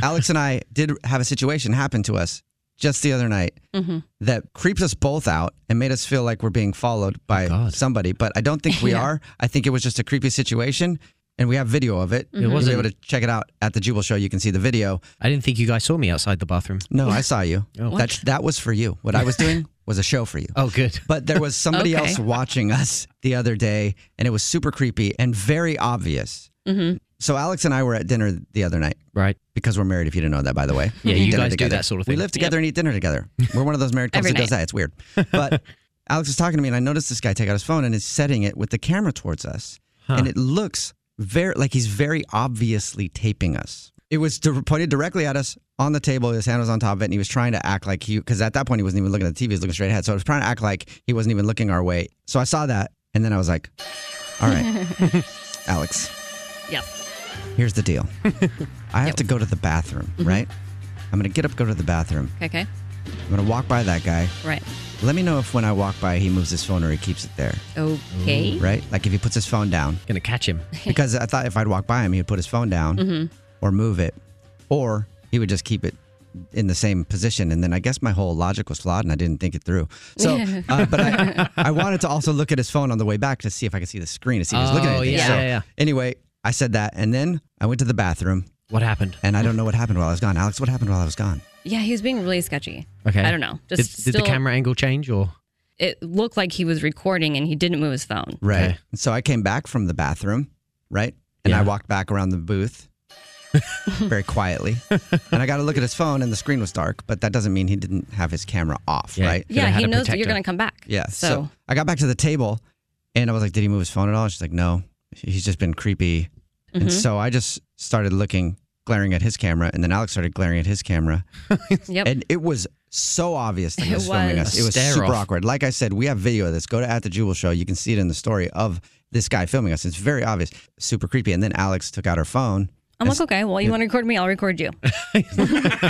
Alex and I did have a situation happen to us just the other night
Mm-hmm.
that creeped us both out and made us feel like we're being followed by somebody. But I don't think we
Yeah.
are. I think it was just a creepy situation. And we have video of it.
Mm-hmm. It
You'll be
wasn't-
able to check it out at the Jubal Show. You can see the video.
I didn't think you guys saw me outside the bathroom.
No, I saw you.
Oh.
That that was for you. What I was doing was a show for you.
Oh, good.
But there was somebody
Okay.
else watching us the other day, and it was super creepy and very obvious.
Mm-hmm.
So Alex and I were at dinner the other night,
right?
Because we're married. If you didn't know that, by the way,
Yeah,
We eat
you
dinner
guys do that sort of
We
thing.
live together and eat dinner together. We're one of those married couples
Every
that does
night.
that. It's weird. But Alex was talking to me, and I noticed this guy take out his phone and is setting it with the camera towards us, and it looks very like he's very obviously taping us. It was di- pointed directly at us on the table. His hand was on top of it, and he was trying to act like he because at that point he wasn't even looking at the TV. He was looking straight ahead, so I was trying to act like he wasn't even looking our way. So I saw that, and then I was like, "All right, Alex."
Yep.
Here's the deal. I have to go to the bathroom, right? I'm gonna get up, go to the bathroom.
Mm-hmm. Okay. Okay.
I'm gonna walk by that guy.
Right.
Let me know if when I walk by, he moves his phone or he keeps it there.
Okay.
Right? Like if he puts his phone down.
Gonna catch him.
because I thought if I'd walk by him, he'd put his phone down
Mhm.
or move it, or he would just keep it in the same position. And then I guess my whole logic was flawed, and I didn't think it through. So, uh, but I, I wanted to also look at his phone on the way back to see if I could see the screen to see if he was looking at
Oh,
anything.
yeah,
So,
yeah, yeah.
Anyway, I said that, and then I went to the bathroom.
What happened?
And I don't know what happened while I was gone. Alex, what happened while I was gone?
Yeah, he was being really sketchy.
Okay.
I don't know. Just
did, did
still-
the camera angle change or?
It looked like he was recording and he didn't move his phone.
Right. And So I came back from the bathroom, right? And I walked back around the booth very quietly. and I got to look at his phone, and the screen was dark, but that doesn't mean he didn't have his camera off, right?
Yeah, he knows that you're gonna come back.
Yeah. So.
So
I got back to the table and I was like, Did he move his phone at all? She's like, No, he's just been creepy. And
Mhm.
so I just started looking, glaring at his camera, and then Alex started glaring at his camera.
Yep.
And it was so obvious that he
It
was filming
was.
us. It was
Stare
super
off.
awkward. Like I said, we have video of this. Go to At the Jewel Show. You can see it in the story of this guy filming us. It's very obvious, super creepy. And then Alex took out her phone.
I'm like, okay, well, you want to record me? I'll record you.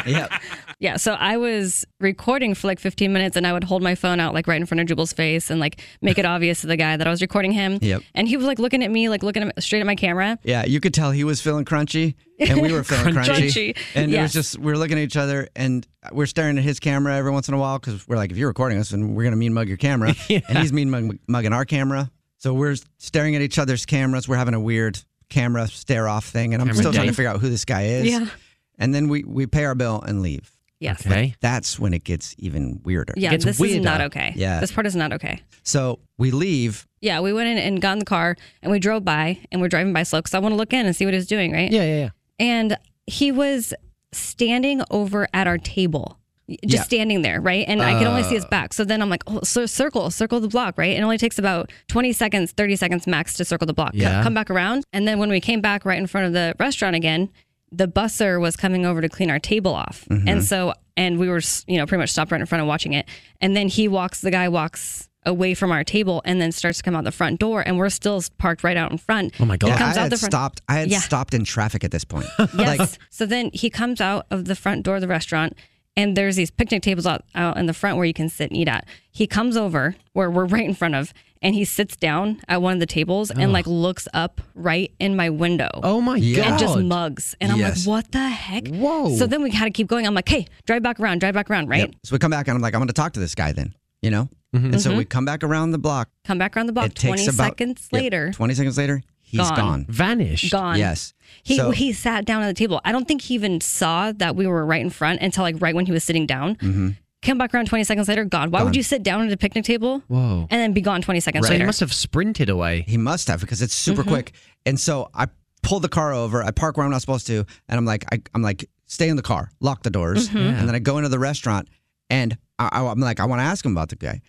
yeah.
Yeah. So I was recording for like 15 minutes and I would hold my phone out like right in front of Jubal's face and like make it obvious to the guy that I was recording him.
Yep.
And he was like looking at me, like looking at, straight at my camera.
Yeah, you could tell he was feeling crunchy and we were feeling crunchy.
Crunchy,
And it was
yes.
just, we were looking at each other and we're staring at his camera every once in a while because we're like, if you're recording us, then we're going to mean mug your camera. And he's mean mug, mugging our camera. So we're staring at each other's cameras. We're having a weird camera stare off thing. And I'm
Camera
still trying to
date.
figure out who this guy is.
Yeah.
And then we, we pay our bill and leave.
Yes.
But that's when it gets even weirder.
Yeah. This is not okay.
Yeah.
This part is not okay.
so we leave.
Yeah. We went in and got in the car and we drove by and we're driving by slow because I want to look in and see what he's doing, right?
Yeah, yeah, yeah.
And he was standing over at our table. just
Yeah.
standing there, right? And I can only see his
Uh.
back. So then I'm like, oh, so circle, circle the block, right? It only takes about 20 seconds, 30 seconds max to circle the block. Co-
Yeah.
Come back around. And then when we came back right in front of the restaurant again, the busser was coming over to clean our table off.
Mhm.
And so, and we were, s- you know, pretty much stopped right in front of watching it. And then he walks, the guy walks away from our table and then starts to come out the front door. And we're still parked right out in front. He
Yeah,
comes
I
out
had
the front.
stopped. I had
Yeah.
stopped in traffic at this point.
Yes. so then he comes out of the front door of the restaurant, and there's these picnic tables out, out in the front where you can sit and eat at. He comes over where we're right in front of, and he sits down at one of the tables
Ugh.
and like looks up right in my window. Oh
my
And just
God.
mugs, and I'm
Yes.
like, what the heck?
Whoa!
So then we had to keep going. I'm like, hey, drive back around, drive back around, right?
Yep. So we come back and I'm like, I'm going to talk to this guy then, you know? And so
Mhm.
we come back around the block.
Come back around the block.
It takes
20
about-
seconds
yep,
later,
20 seconds later, he's
Gone.
gone.
Vanished.
gone.
Yes.
He
So-
he sat down at the table. I don't think he even saw that we were right in front until like right when he was sitting down.
Mhm.
Come back around 20 seconds later. God, why
Gone.
would you sit down at a picnic table
Whoa.
and then be gone 20 seconds later?
have sprinted away.
He must have because it's super
Mhm.
quick. And so I pull the car over. I park where I'm not supposed to, and I'm like, I, I'm like, stay in the car, lock the doors,
Mm-hmm.
Mhm. Yeah.
and then I go into the restaurant, and I, I, am like, I want to ask him about the guy.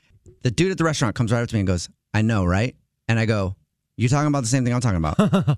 The dude at the restaurant comes right up to me and goes, I know, right? And I go, you talking about the same thing I'm talking about? and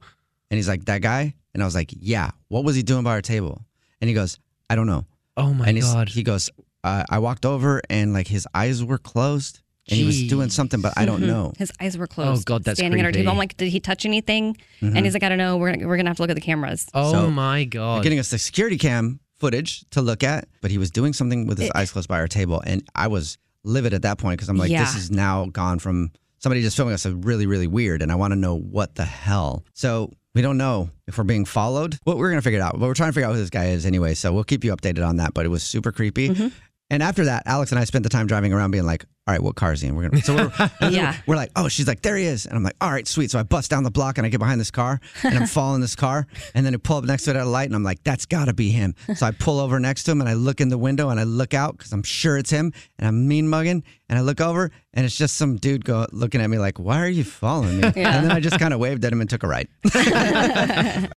he's like, that guy. And I was like, yeah. What was he doing by our table? And he goes, I don't know.
Oh my
and he's-
God.
He goes, uh, I walked over and like his eyes were closed and he was
Jeez.
doing something, but I don't
Mhm.
know. Oh,
His eyes were closed.
God, that's
standing at our
creepy.
table. I'm like, did he touch anything?
Mhm.
And he's like, I don't know. We're gonna, we're gonna have to look at the cameras.
So,
god!
they're Getting us the security cam footage to look at, but he was doing something with his
It-
eyes closed by our table, and I was livid at that point because I'm like, this
Yeah.
is now gone from somebody just filming us a really really weird, and I want to know what the hell. So. We don't know if we're being followed. What we're gonna figure it out, but we're trying to figure out who this guy is anyway. So we'll keep you updated on that. But it was super creepy.
Mm-hmm.
And after that, Alex and I spent the time driving around, being like, "All right, what car is he in?" We're gonna. So we're,
yeah.
we're like, oh, she's like, there he is. And I'm like, all right, sweet. So I bust down the block and I get behind this car and I'm following this car. And then I pull up next to it at a light and I'm like, that's got to be him. So I pull over next to him and I look in the window and I look out because I'm sure it's him. And I'm mean mugging and I look over and it's just some dude go, looking at me like, why are you following me?
Yeah.
And then I just kind of waved at him and took a ride.
The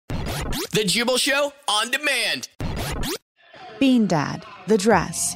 Jubal Show on demand.
Bean Dad, The Dress,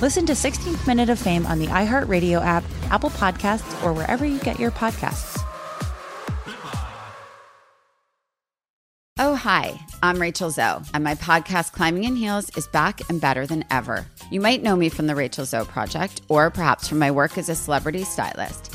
Listen to 16th Minute of Fame on the iHeartRadio app, Apple Podcasts, or wherever you get your podcasts.
Oh, hi. I'm Rachel Zoe, and my podcast, Climbing in Heels, is back and better than ever. You might know me from the Rachel Zoe Project, or perhaps from my work as a celebrity stylist.